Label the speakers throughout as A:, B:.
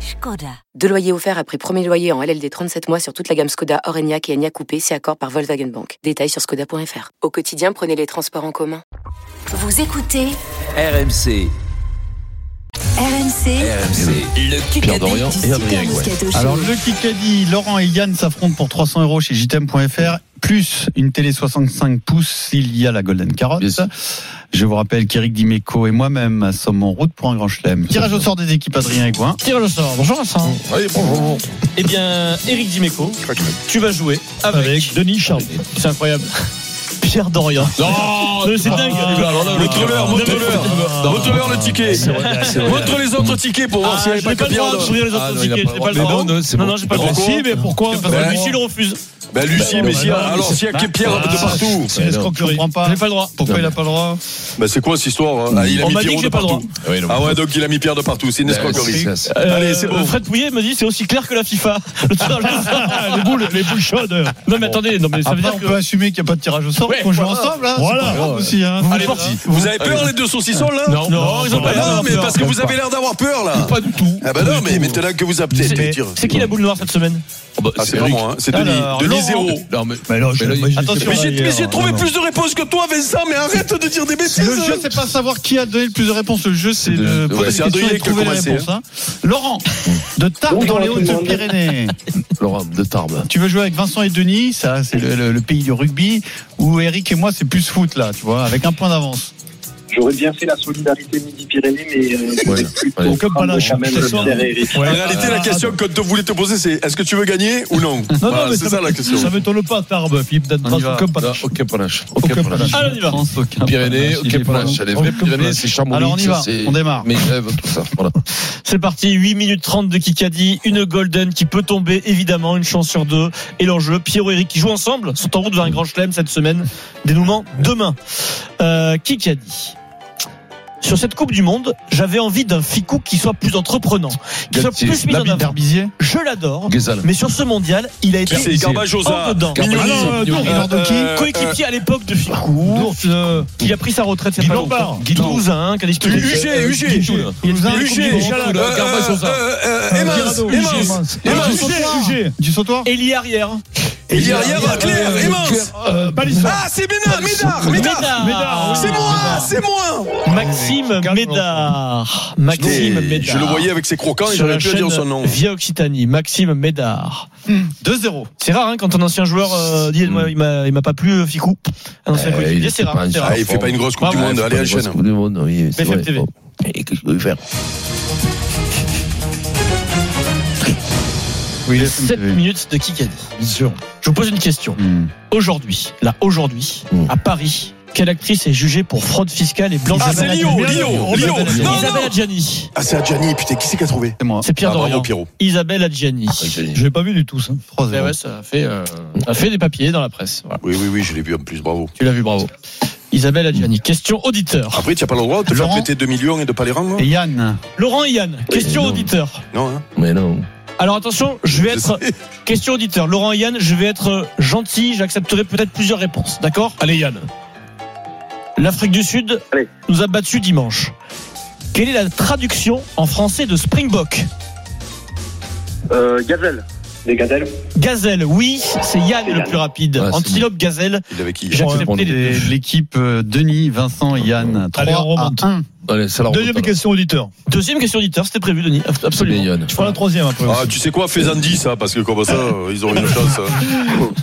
A: Skoda. Deux loyers offerts après premier loyer en LLD 37 mois sur toute la gamme Skoda, Orenia et Enya Coupé, c'est accord par Volkswagen Bank. Détails sur skoda.fr. Au quotidien, prenez les transports en commun.
B: Vous écoutez
C: RMC.
B: RMC.
C: RMC. Le
D: Pierre Dorian
C: Kikadi.
D: et Adrien Gouin.
E: Alors le Kikadi, Laurent et Yann s'affrontent pour 300 euros chez jtm.fr, plus une télé 65 pouces s'il y a la Golden Carotte.
D: Bien sûr.
E: Je vous rappelle qu'Éric Dimeco et moi-même sommes en route pour un grand chelem. Tirage au sort des équipes Adrien et Gouin.
F: Tirage au sort. Bonjour Vincent.
D: Allez, bonjour.
F: Eh bien, Eric Dimeco, tu vas jouer avec,
E: Avec
F: Denis Charles. C'est incroyable. Pierre Dorian.
D: Non,
F: Mais c'est dingue. Ah,
D: alors là, Ah, le trolleur, Ah,
F: Non, mais-
D: montre-leur. Montre-leur le ticket. Montre les autres tickets pour
F: Ah,
D: voir Oh, s'il n'y
F: je
D: avait pas
F: n'ai pas le
D: Capillard
F: droit de
D: dedans.
F: sourire les
D: Ah,
F: autres
D: non, il a
F: tickets, je n'ai pas le
D: Mais
F: droit.
D: non, non, c'est
F: non,
D: bon.
F: j'ai pas le
D: Mais
F: droit.
D: pourquoi
F: Si, mais pourquoi Parce
D: Ben
F: que Lucie
D: non.
F: le refuse.
D: Bah, Lucie, mais si,
F: bah, non,
D: alors
F: mais
D: s'il y a
F: c'est-
D: Capillard de partout.
E: C'est une escroquerie, je comprends pas.
F: J'ai pas le droit.
E: Pourquoi il a pas le droit
D: Bah, c'est quoi cette histoire hein Ah, Il a
F: On
D: mis
F: m'a dit que
D: Pierrot de
F: j'ai pas le
D: partout. Ah ouais, donc il a mis Pierre de partout. C'est une escroquerie.
F: Euh,
D: Allez, c'est bon.
F: Fred Pouillet me dit c'est aussi clair que la FIFA. Le tirage au sort.
E: les boules, les boules chaudes.
F: Non mais attendez, non mais ça veut
E: Après,
F: dire
E: on
F: que
E: peut assumer qu'il n'y a pas de tirage au sort,
F: Ouais,
E: qu'on joue
F: voilà.
E: ensemble. Hein,
F: Voilà.
E: c'est pas grave aussi. Hein.
F: Allez,
E: Voilà.
F: parti.
D: Vous avez peur, les deux saucissons, là
F: Non, non, ils ont
D: Ah
F: pas
D: non, mais
F: peur.
D: parce que vous avez l'air d'avoir peur, là.
F: pas du tout.
D: Ah bah non, mais maintenant que vous appelez.
F: C'est c'est qui la boule noire cette semaine
D: Ah, c'est pas moi, hein. c'est Denis.
E: Alors,
D: Denis
E: Laurent.
D: Zéro.
G: Bah, Non, mais,
E: Mais non, je-
G: Mais là,
E: moi, je-
F: attention.
D: Mais j'ai-
F: Hier,
D: mais j'ai trouvé
E: non, non.
D: plus de réponses que toi, Vincent, mais arrête de dire des bêtises.
E: Le jeu, c'est pas savoir qui a donné le plus de réponses. Le jeu, c'est
G: de-
E: de
G: ouais,
E: poser des
D: c'est un
E: questions
D: deuil
E: et de trouver
D: que
E: les
D: commencer,
E: réponses. hein. Laurent, de Tarbes dans les Hautes-Pyrénées.
G: Laurent, de Tarbes.
E: Tu veux jouer avec Vincent et Denis, ça, c'est le, le- le pays du rugby, où Eric et moi, c'est plus foot, là, tu vois, avec un point d'avance.
H: J'aurais bien fait la solidarité Midi-Pyrénées, mais euh,
G: Ouais.
H: plutôt
G: Allez.
E: Comme
H: prendre
E: Balache, hein.
H: quand même
E: ce soir.
H: Pierre et Eric.
D: En réalité,
E: Euh,
D: la question que vous voulez te poser, c'est est-ce que tu veux gagner ou non Voilà, C'est ça la question.
E: Ah, Ça veut tourner pas, Tarbes, Philippe
G: On y va.
E: Dadras, comme
G: Non,
E: Balache.
G: Aucun panache.
E: Aucun
G: Aucun
E: panache.
G: panache.
F: Allez, on y va.
E: France, aucun
G: Pyrénées,
E: il est
G: aucun panache.
E: pas-
G: Les vraies
E: aucun
G: Pyrénées,
E: panache.
G: c'est Chamonix.
E: Alors on y
G: ça,
E: va,
G: c'est
E: on démarre.
G: Mes rêves, tout ça. Voilà.
F: C'est parti, 8 minutes 30 de Kikadi, une golden qui peut tomber évidemment, une chance sur deux. Et l'enjeu, Pierrot et Eric qui jouent ensemble, sont en route vers un grand chelem cette semaine. Dénouement demain. Euh, Kikadi. Sur cette Coupe du Monde, j'avais envie d'un Ficou qui soit plus entreprenant, qui soit
G: Galtier,
F: plus mis en
G: David
F: avant.
E: Barbizier
F: Je l'adore,
G: Gazal.
F: mais sur ce mondial, il a été
D: C'est
F: en
D: Garbajosa.
F: Oh, dedans.
D: Mignoni.
G: Ah non, euh,
D: Euh,
E: Lord de qui
D: euh,
F: Coéquipier à l'époque de Ficou,
E: Ours, euh,
F: qui a pris sa retraite il y
E: Guy
F: a pas
E: Lombard.
F: longtemps. Guy
E: Non.
F: Touzin, qui a disputé.
D: Huger, Huger.
E: Cousin,
D: Huger.
E: Coupe du
D: Euh,
E: Monde,
D: euh, euh, euh, Emmons,
E: Guirado, Huger,
D: Emmons.
E: mince.
D: Emmons.
E: Ah, du sautoir. Du sautoir
F: Elie arrière.
D: Il y a rien à clair, Emmons.
E: Euh,
D: Ah, c'est Ménard, Médard, Médard.
F: Médard.
E: Médard, oui.
D: C'est moi, c'est moi.
F: Maxime
E: Calme-toi.
F: Médard. Maxime
D: Et
F: Médard.
D: Je le voyais avec ses croquants et
F: sur la
D: j'aurais pu
F: chaîne
D: dire son nom.
F: Via Occitanie, Maxime Médard.
E: 2-0.
F: C'est rare hein, quand un ancien joueur euh, dit moi, il m'a il m'a pas plu euh, Ficou. Un ancien
G: Eh,
F: coéquipier,
G: il
F: c'est
G: était pas
F: rare, c'est
G: un
F: rare.
D: Ah, Hmm. il fait pas une grosse Coupe du
F: Ouais,
D: Monde. Allez,
G: la
D: Alchen.
G: Coupe du Monde, oui. c'est
F: BFM
G: vrai.
F: TV.
G: Bon. Et qu'est-ce que je vais faire
D: Ah,
E: Oui, il est
F: 7 minutes de Kikadi.
G: Bien sûr.
F: Je vous pose une question.
E: Hmm.
F: Aujourd'hui, là aujourd'hui,
G: Mm.
F: à Paris, quelle actrice est jugée pour fraude fiscale et blanchiment
D: Ah, c'est
F: d'argent
D: Lio, Lio, Lio.
E: Isabelle
D: Non,
F: Isabelle
D: non.
F: Adjani.
D: Ah, c'est Adjani, putain, qui c'est qui a trouvé
E: C'est moi.
F: C'est Pierre
D: Ah, bravo,
F: Dorian.
D: Pierrot.
F: Isabelle Adjani.
G: Adjani.
F: Je l'ai pas vu du tout ça.
E: 3-0.
F: ouais, ça a fait, euh, ça a fait des papiers dans la presse. Voilà.
D: Oui, oui, oui, je l'ai vu en plus, bravo.
F: Tu l'as vu, bravo. Isabelle Adjani. Question auditeur.
D: Après, tu n'as pas le droit de te faire
E: Laurent
D: péter 2 millions et de pas les rendre, non
E: Et Yann
F: Laurent et Yann. Question
G: non.
F: auditeur.
D: Non, hein
G: Mais non.
F: Alors attention, je vais
D: Je
F: être.
D: sais.
F: Question auditeur. Laurent et Yann, je vais être gentil. J'accepterai peut-être plusieurs réponses. D'accord Allez, Yann. L'Afrique du Sud
H: Allez.
F: nous a battus dimanche. Quelle est la traduction en français de Springbok
H: Euh, Gazelle. Des gazelles
F: Gazelle, oui, c'est Yann le plus rapide.
G: Ouais, c'est
F: Antilope, gazelle.
D: Il avait qui
F: J'ai
E: Bon,
F: accepté
E: euh,
F: les deux.
E: les- L'équipe euh, Denis, Vincent, Yann. 3
F: Allez, on remonte.
E: à 1.
G: Allez, ça la remonte, alors.
F: question auditeur. Deuxième question auditeur, c'était prévu, Denis.
G: C'est bien,
F: Absolument.
G: Yann.
F: Je prends la troisième après.
D: Ah, tu sais quoi, fais-en 10, ça, parce que comme ça, euh, ils auront une chance. hein.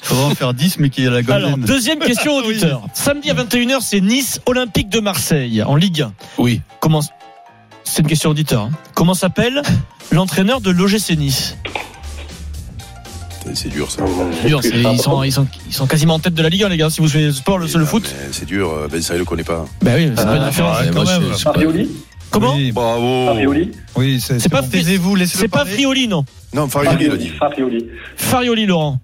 E: Faudra en faire 10, mais qu'il y a la
F: Alors,
E: golden.
F: deuxième question auditeur. Samedi à 21h, c'est Nice Olympique de Marseille en Ligue 1.
G: Oui.
F: Comment C'est une question auditeur. hein. Comment s'appelle l'entraîneur de l'OGC Nice
D: Putain, C'est dur, ça.
F: Dur, c'est- ils, sont, ils sont- ils sont quasiment en tête de la Ligue 1, les gars. Si vous suivez le sport, le,
D: Mais
F: le
D: non,
F: foot.
D: Ah, mais C'est dur, euh, ben ça, il le connaît pas.
F: Bah oui, c'est pas une
E: Ah,
F: référence.
E: ouais,
G: Moi,
E: quand
G: je-
E: même.
G: je sais pas.
H: Farioli
F: Comment
E: Oui,
D: Bravo
H: Farioli
E: oui, c'est
F: C'est pas
E: bon.
F: Fri-
E: Taisez-vous, laissez-le
F: C'est pas
E: parler.
F: Frioli, non.
D: Non, Farioli, il a dit.
H: Farioli.
F: Farioli, Laurent.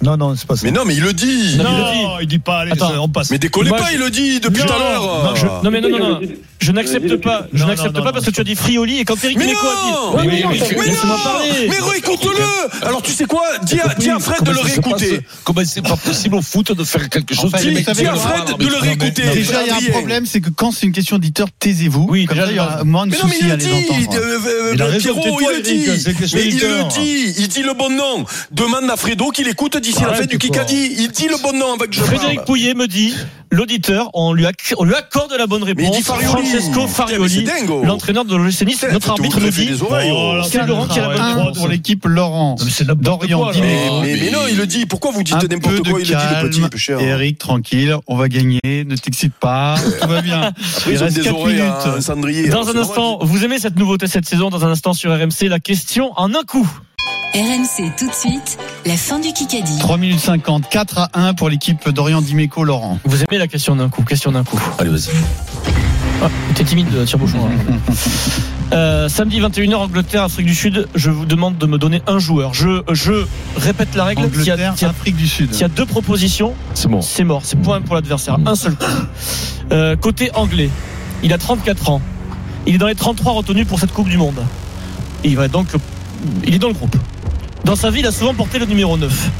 B: Non, non, c'est pas ça.
D: Mais non, mais il le dit.
F: Non.
E: Non, il dit pas, allez,
F: Attends.
E: ça, on passe.
D: Mais décollez
F: Moi,
D: pas,
F: je-
D: il le dit depuis
F: Non,
D: tout à l'heure.
F: non, je- non, mais non, non, non. Je n'accepte pas, je
E: Non,
F: n'accepte
E: non,
F: pas
E: non,
F: parce
E: non,
F: que tu as dit Frioli et quand Eric
D: Mais
F: Dimeco
D: non
F: a dit.
D: Mais
F: Mais
D: non
F: oui, mais laisse-moi parler.
D: Mais réécoute-le Alors tu sais quoi dis à, dis à Ah, Fred de le réécouter.
G: Comment c'est pas possible au foot de faire quelque chose
E: Enfin,
G: qui-
E: les
D: Dis,
E: mecs,
D: dis à
E: savez,
D: Fred de le
G: Non, mais-
D: réécouter.
E: Déjà, il y a
D: Adrien.
E: un problème, c'est que quand c'est une question d'auditeur, taisez-vous.
F: Oui,
E: comme
F: déjà,
E: ça, il y aura moins de
D: Mais non, mais
E: soucis
D: il
E: à
D: le
E: les
D: dit il-
E: entendre.
D: euh, euh,
B: Il a raison,
D: Pierrot,
B: tais-toi,
D: il le
B: Eric, c'est
D: dit
B: question
D: Mais il le
B: d'auteur.
D: dit Il dit le bon nom Demande à Fredo qu'il écoute d'ici la fin
B: Arrête,
D: du
B: quoi.
D: Kikadi. Il dit le bon nom avec je
F: Frédéric
D: parle.
F: Pouillet me dit, l'auditeur, on lui, acc- on lui accorde la bonne
D: Mais il dit
F: réponse.
D: Farioli
F: Francesco
D: Putain, mais
F: Farioli,
D: C'est dingo
F: l'entraîneur de l'OGC Nice,
D: Putain,
F: notre
D: faut te
F: arbitre me
D: greffer
F: dit.
D: les oreilles, oh.
F: là, c'est Laurent qui a la bonne
E: Un
F: réponse.
E: pour l'équipe Laurent.
B: Non, mais c'est n'importe
E: Dorian
B: quoi, là.
E: Dimeco.
D: mais, mais- mais non, il le dit. Pourquoi vous dites
E: Un
D: n'importe
E: peu de
D: quoi Il le dit, le petit,
E: calme.
D: peu cher. hein.
E: Eric, tranquille, on va gagner, ne t'excite pas, tout va bien.
D: Ils
E: Il
D: ont
E: reste
D: des
E: 4
D: oreilles à un
E: minutes.
D: cendrier.
F: Dans
D: C'est
F: un
D: normal.
F: instant, vous aimez cette nouveauté cette saison, dans un instant sur RMC, la question en un coup.
I: RMC tout de suite, la fin du Kikadi.
E: 3 minutes 50, 4 à 1 pour l'équipe d'Orient Dimeco Laurent.
F: Vous aimez la question d'un coup, question d'un coup.
G: Allez, vas-y.
F: T'es timide, euh, tire-bouchon. hein. Euh, samedi 21h, Angleterre, Afrique du Sud. Je vous demande de me donner un joueur. Je, je répète la règle. S'il y, a-
E: Angleterre,
F: s'il y a-
E: Afrique du Sud.
F: s'il y a deux propositions,
G: C'est bon.
F: c'est mort. C'est point pour l'adversaire. Un seul coup. Euh, côté anglais, il a 34 ans. Il est dans les 33 retenus pour cette Coupe du Monde. Et il va donc. Il est dans le groupe. Dans sa vie, il a souvent porté le numéro 9.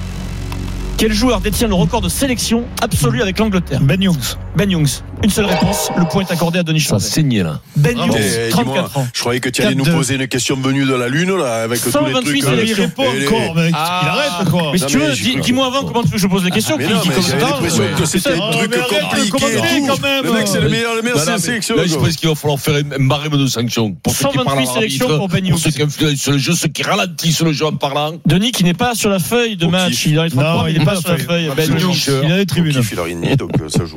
F: Quel joueur détient le record de sélection absolue avec l'Angleterre
B: Ben Youngs.
F: Ben Youngs. Une seule réponse. Le point est accordé à Denis
G: Ça a
F: Charvet.
G: saigné, là.
F: Ben
E: Bravo.
F: Youngs,
D: Eh, dis-moi,
F: 34 ans.
D: Je croyais que tu allais nous
E: 4-2.
D: poser une question venue de la Lune, là, avec tous les
F: 128
D: trucs.
F: sélections. Il
D: euh,
F: répond
D: et les-
B: encore, mec.
F: Ah.
B: Il arrête, quoi.
F: Mais si
D: Non,
F: tu
D: mais
F: veux,
D: j'ai
F: dis-
D: cru que-
F: dis-moi avant comment tu veux que je pose les questions.
D: Mais
F: puis
D: non,
F: dis
D: mais
F: comme
D: j'avais
F: ça.
D: l'impression que c'était
B: Ah,
D: un truc
B: mais arrête de
D: compliqué.
B: commenter,
D: et tout.
B: quand même.
D: Le mec, c'est le meilleur, le meilleur,
G: Bah,
D: c'est
G: là,
D: la
G: mais-
D: sélection.
G: là, je
D: quoi.
G: pense qu'il va falloir faire un un barème de sanctions pour ceux qui parlent à
F: 128 sélections
G: l'arbitre,
F: pour Ben Youngs.
G: ceux qui influencent sur le jeu, ceux qui ralentissent le jeu en parlant.
F: Denis qui n'est pas sur la feuille de
D: Au
F: match.
D: kiff.
F: Il est dans les 33,
B: Non,
F: mais il
B: il
F: n'est
B: est
F: pas
B: pas
F: sur la
B: feuille.
F: feuille. Ben
G: Absolument.
F: Young, il est dans les
D: Au
F: tribunes.
D: kiff, il a rien dit, donc euh, ça joue.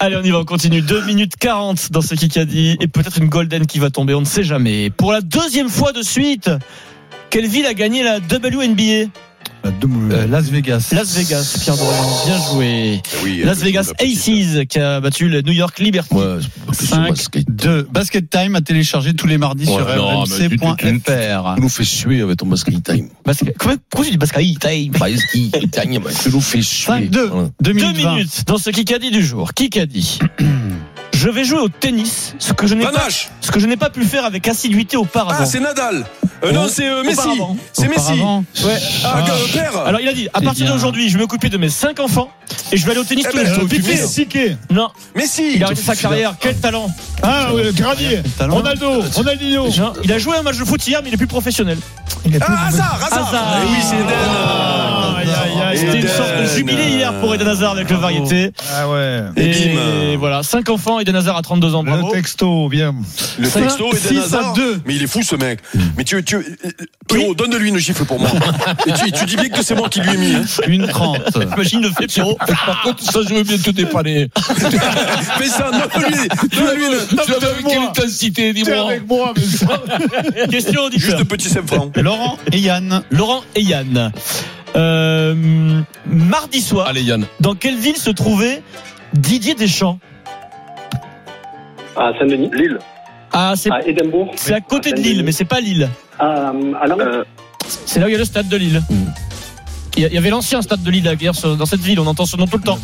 F: Allez, on y va, on continue. 2 minutes 40 dans ce Kikadi. Et peut-être une Golden qui va tomber, on ne sait jamais. Pour la deuxième fois de suite, quelle ville a gagné la WNBA
E: Euh, Las Vegas.
F: Las Vegas, Pierre Dorian. Bien joué.
D: Oui,
F: Las
D: euh,
F: Vegas
D: la petite-
F: Aces qui a battu le New York Liberty.
G: Ouais, c'est pas que sur
E: 5,
G: basket.
E: 2. Basket Time à télécharger tous les mardis
G: Ouais,
E: sur
G: non, mais tu- tu- tu-
E: rmc.fr.
G: Tu nous fais suer avec ton basket time. Bah,
F: Basket- Comment- Pourquoi tu dis Basket Time
G: Basket time, bah, tu nous fais suer.
E: 5, 2.
G: Voilà.
E: 2
F: Deux
E: minutes. 20.
F: minutes dans ce Kikadi du jour. Kikadi. Je vais jouer au tennis, ce que je n'ai pas,
D: Panache
F: ce que je n'ai pas pu faire avec assiduité auparavant.
D: Ah, c'est Nadal Euh, Non, c'est euh, Messi
F: Auparavant.
D: C'est Messi
E: Auparavant.
F: Ouais.
D: Ah, euh, père
F: Alors il a dit, à
E: C'est
F: partir
E: bien.
F: d'aujourd'hui, je vais m'occuper de mes cinq enfants et je vais aller au tennis
D: Eh
F: tous
D: ben,
F: les jours.
D: euh,
B: Piqué,
D: Piqué.
B: Siquet.
F: Non,
D: Messi
F: il a arrêté sa carrière. Quel talent
B: Ah oui, Gravier.
E: Talent.
B: Ronaldo. Ronaldinho.
F: Non, Il a joué un match de foot hier, mais il est plus professionnel.
D: Ah, Hazard Hazard
F: Hazard.
D: Eh oui, c'est
B: Ah,
D: Eden
B: aïe, aïe, aïe.
F: C'était une
D: Eden.
F: sorte de jubilé hier pour Eden Hazard avec le
B: Bravo.
F: variété.
B: Ah ouais.
D: Et
F: Et,
D: bim.
F: voilà, cinq enfants, Eden Hazard à 32 ans. Bravo.
B: Le texto, bien.
D: Le
F: Ça
D: texto
F: va
D: Eden
F: Six à
D: Hazard
F: deux. Hmm.
D: Mais il est fou ce mec Mais tu... tu euh, Pierrot, donne-lui une gifle pour moi Et tu, tu dis bien que c'est moi qui lui ai mis hein.
E: 1 30.
F: Imagine le fait, Pierrot.
G: Par contre, ça, je veux bien te dépanner.
D: Fais ça, donne-lui Donne-lui une-
G: Tu avec
B: moi.
G: quelle intensité,
B: T'es
G: dis-moi.
B: avec moi, mais ça.
F: Question
D: Juste
F: auditeur.
D: un petit 5 francs
E: Laurent et Yann.
F: Laurent et Yann. Euh, mardi soir,
G: Allez, Yann.
F: dans quelle ville se trouvait Didier Deschamps
H: À Saint-Denis Lille.
F: Ah, c'est
H: À Édimbourg
F: c'est à côté de
H: Saint-Denis.
F: Lille, mais c'est pas Lille.
H: À, à Lens
F: C'est là où il y a le stade de Lille. Il y a- il y avait l'ancien stade de Lille à guerre dans cette ville, on entend ce nom tout le temps.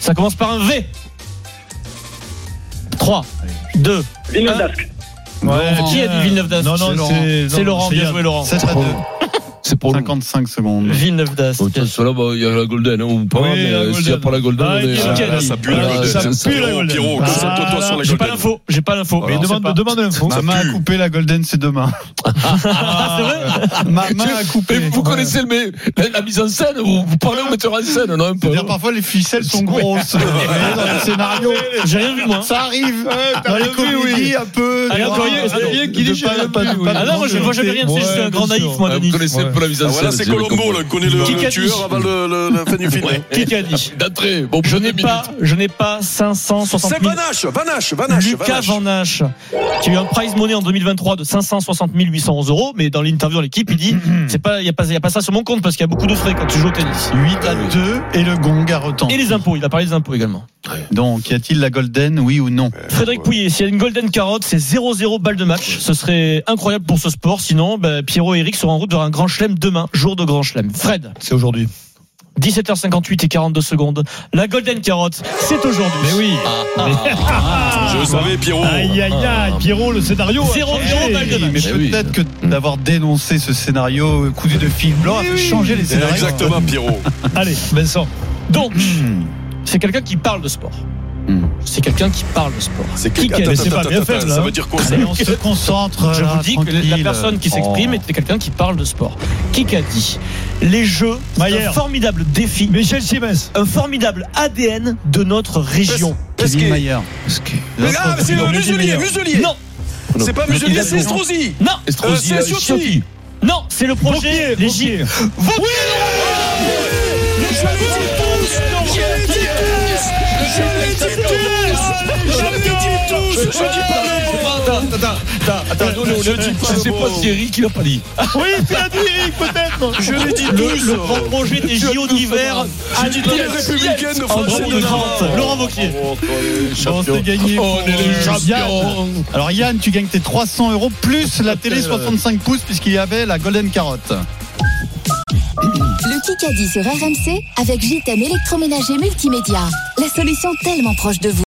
F: Ça commence par un V. 3, 2,
H: Villeneuve d'Ascq.
B: Ouais.
F: qui a
E: euh,
F: dit Villeneuve d'Ascq
B: Non, non, c'est
F: C'est Laurent, bien joué Laurent.
E: 7 à 2.
G: C'est pour nous.
E: 55
F: Hmm.
E: secondes.
F: Villeneuve d'Ascq.
G: Bon, tiens, cela, bah, il y a la Golden, hein, ou pas,
B: Oui,
G: mais
B: la
G: euh, s'il n'y a
B: Golden.
G: pas la Golden,
B: Ah,
G: on est.
F: il y a-
G: Ah,
D: Ah, là, ça pue la
G: Ah,
D: Golden
G: ça
D: Ça
B: pue la
D: Pierrot,
B: Golden.
D: Oh, Pierrot, concentre-toi
B: Ah,
D: sur la
F: J'ai pas
D: Golden
F: l'info, j'ai pas l'info.
B: Mais
F: Je sais pas.
B: demande, demande un info.
E: Ma main a coupé la Golden, c'est demain.
F: Ah, c'est vrai
E: Ma main a coupé.
G: mais vous connaissez le, mais, la, la mise en scène, vous, vous parlez au metteur en scène, non, un peu.
E: C'est-à-dire parfois les ficelles sont grosses. Mais dans le scénario,
F: J'ai rien vu moi.
E: ça arrive. Dans les comédies, un peu.
F: Ah,
E: tu vois,
F: encore rien,
E: de-
F: rien
E: de
B: qui dit,
E: pas-
B: j'ai rien
E: pas-
B: vu,
E: pas-
B: oui.
E: pas-
F: Ah non, moi je, moi, je veux rien, c'est juste un grand naïf moi
G: Ah, vous
F: Denis.
G: connaissez un peu la mise en
D: Ah,
G: scène.
D: voilà, c'est
G: j'ai
D: Colombo,
G: compris.
D: là, connaît le,
F: Qui
D: le
F: qu'a dit
D: tueur avant le, le- la fin du film.
G: Ouais.
F: Qui a
G: Ah,
F: dit
G: D'entrée, bon,
F: Je n'ai pas, je n'ai pas 560
D: C'est
F: 000
D: Vanache, Vanache, Vanache.
F: Lucas Van Hache, qui a eu un prize money en 2023 de 560 811 euros, mais dans l'interview dans l'équipe, il dit c'est pas, il y a pas, il y a pas ça sur mon compte parce qu'il y a beaucoup de frais quand tu joues au tennis.
E: 8 à 2 et le gong a retenti.
F: Et les impôts, il a parlé des impôts également.
E: Donc, y a-t-il la Golden, oui ou non
F: Frédéric Pouillet, s'il y a une golden carotte, c'est 0-0 balle de match. Ce serait bah, incroyable pour ce sport. Sinon, ben, Pierrot et Eric seront en route vers un grand chelem demain, jour de grand chelem. Fred,
B: C'est aujourd'hui.
F: 17h58 et 42 secondes. La Golden Carotte, c'est aujourd'hui. Ah.
B: Mais oui.
G: Ah,
D: Je le savais, Pierrot.
B: Aïe aïe aïe, Pierrot, le scénario.
F: Ah. Zéro,
B: Hey,
F: zéro balle de match.
E: Mais
G: Mais oui.
E: peut-être que d'avoir dénoncé ce scénario cousu de fil blanc a fait changer les scénarios.
D: Exactement, Pierrot.
F: Allez, Vincent. Donc, c'est quelqu'un qui parle de sport.
E: Hmm.
F: C'est quelqu'un qui parle de sport.
D: C'est
F: Qui
D: que-
F: qu'elle-
D: attends,
F: mais c'est
D: attends,
F: pas bien
D: attends,
F: faible,
D: Ça
F: hein.
D: veut dire quoi ça
E: Allez, on se concentre.
F: Je
E: là,
F: vous dis que la
E: tranquille.
F: personne qui s'exprime
E: Oh.
F: était quelqu'un qui parle de sport. Qui qu'a dit Les jeux, c'est
B: Maillère.
F: un formidable défi,
B: Michel Simès.
F: un formidable ADN de notre région.
D: Est-ce
E: Kevin
D: que-
E: Mayer.
D: Mais là, c'est
B: Non,
D: le
B: mais
D: Muselier,
B: Meyer.
D: Muselier.
F: Non,
D: C'est pas Muselier, c'est
G: Hidalgo.
D: Estrosi.
F: non,
D: Euh,
G: Estrosi,
D: C'est
G: euh,
D: Ciotti.
F: non, c'est le projet. Les J-
B: Vauquier.
G: Attends, non, non,
D: Je
G: le-
D: dis pas
G: je
D: le
G: sais
D: mot. Ah
G: pas si Eric il a pas dit.
F: Oui, c'est un Eric peut-être.
D: Je l'ai dit tous.
F: Le, le grand projet des JO d'hiver.
D: J'ai dit tous les républicains de
F: En
D: France et de
F: 2030.
D: Navarre.
F: Laurent Wauquiez.
E: Bon, c'est gagné.
D: Oh,
G: On
E: pour,
G: est les
E: euh,
G: champions.
E: Yann. Alors Yann, tu gagnes tes 300 euros plus la télé 65 pouces puisqu'il y avait la Golden Carotte.
I: Le Kikadi sur RMC avec JTM électroménager multimédia. La solution tellement proche de vous.